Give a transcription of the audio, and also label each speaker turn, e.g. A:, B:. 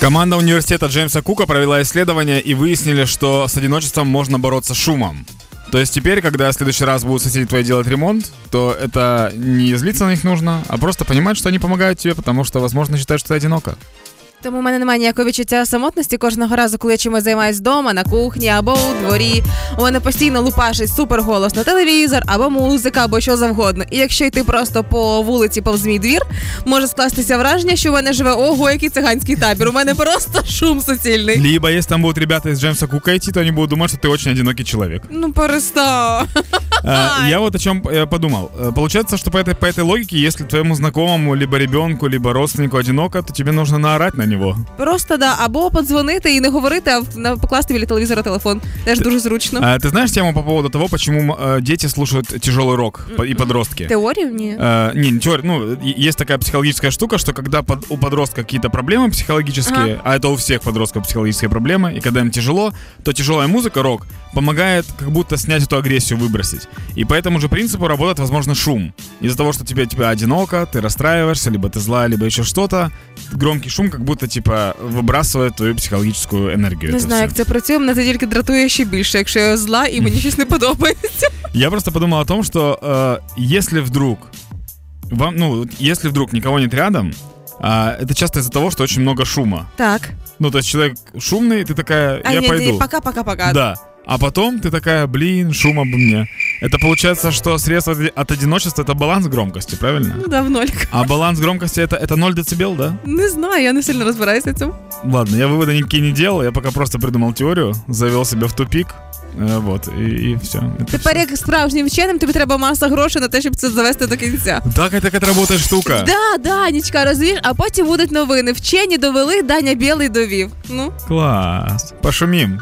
A: Команда университета Джеймса Кука провела исследование и выяснили, что с одиночеством можно бороться шумом. То есть теперь, когда в следующий раз будут соседи твои делать ремонт, то это не злиться на них нужно, а просто понимать, что они помогают тебе, потому что, возможно, считают, что ты одинока.
B: Тому в мене немає ніякого відчуття самотності кожного разу, коли я чимось займаюсь вдома, на кухні або у дворі. У мене постійно лупашить суперголос на телевізор, або музика, або що завгодно. І якщо йти просто по вулиці повз мій двір, може скластися враження, що в мене живе ого, який циганський табір. У мене просто шум суцільний.
A: Либо если там будут ребята из Джеймса Кука идти, то они будут думать, что ты очень одинокий человек.
B: Ну перестав.
A: А, Я вот о чем э, подумал. Э, Получается, что по этой, по этой логике, если твоему знакомому, либо ребенку, либо родственнику одиноко, то тебе нужно наорать на него.
B: Просто да, або подзвонити і не говорити, а в- на- покласти біля телевізора телефон. Теж дуже зручно.
A: А, Ты знаешь тему по поводу того, почему э, дети слушают тяжелый рок по- и подростки?
B: Теорію? Ні.
A: Э, не, не теория, ну, и- есть такая психологическая штука, что когда под- у подростка какие-то проблемы психологические, а это у всех подростков психологические проблемы, и когда им тяжело, то тяжелая музыка, рок, помогает как будто снять эту агрессию, выбросить. И по этому же принципу работает, возможно, шум. Из-за того, что тебе, тебя одиноко, ты расстраиваешься, либо ты зла, либо еще что-то, громкий шум как будто, типа, выбрасывает твою психологическую энергию.
B: Не
A: это
B: знаю,
A: всё.
B: як це працює, мене це тільки дратує ще більше, якщо я зла і мені щось не подобається.
A: Я просто подумал о том, что э, если вдруг вам, ну, вот если вдруг никого нет рядом, а, это часто из-за того, что очень много шума.
B: Так.
A: Ну, то есть человек шумный, ты такая,
B: А,
A: я
B: ні,
A: пойду.
B: ні, пока-пока-пока.
A: Да. А потом ты такая, блин, шума бы мне. Это получается, что средство от- от одиночества это баланс громкости, правильно?
B: Ну да, в ноль.
A: А баланс громкости это, это 0 децибел, да?
B: Не знаю, я не сильно розбираюся в цьому.
A: Ладно, я выводы никакие не делал, я пока просто придумал теорию, завел себя в тупик, э, вот, и, все.
B: Тепер, як справжнім вченим, тобі треба маса грошей на те, щоб це завести до кінця.
A: Так, это как работает штука.
B: Да, да, нічка, розумієш, а потім будуть новини. Вчені довели, Даня Білий довів. Ну,
A: Класс. Пошумим.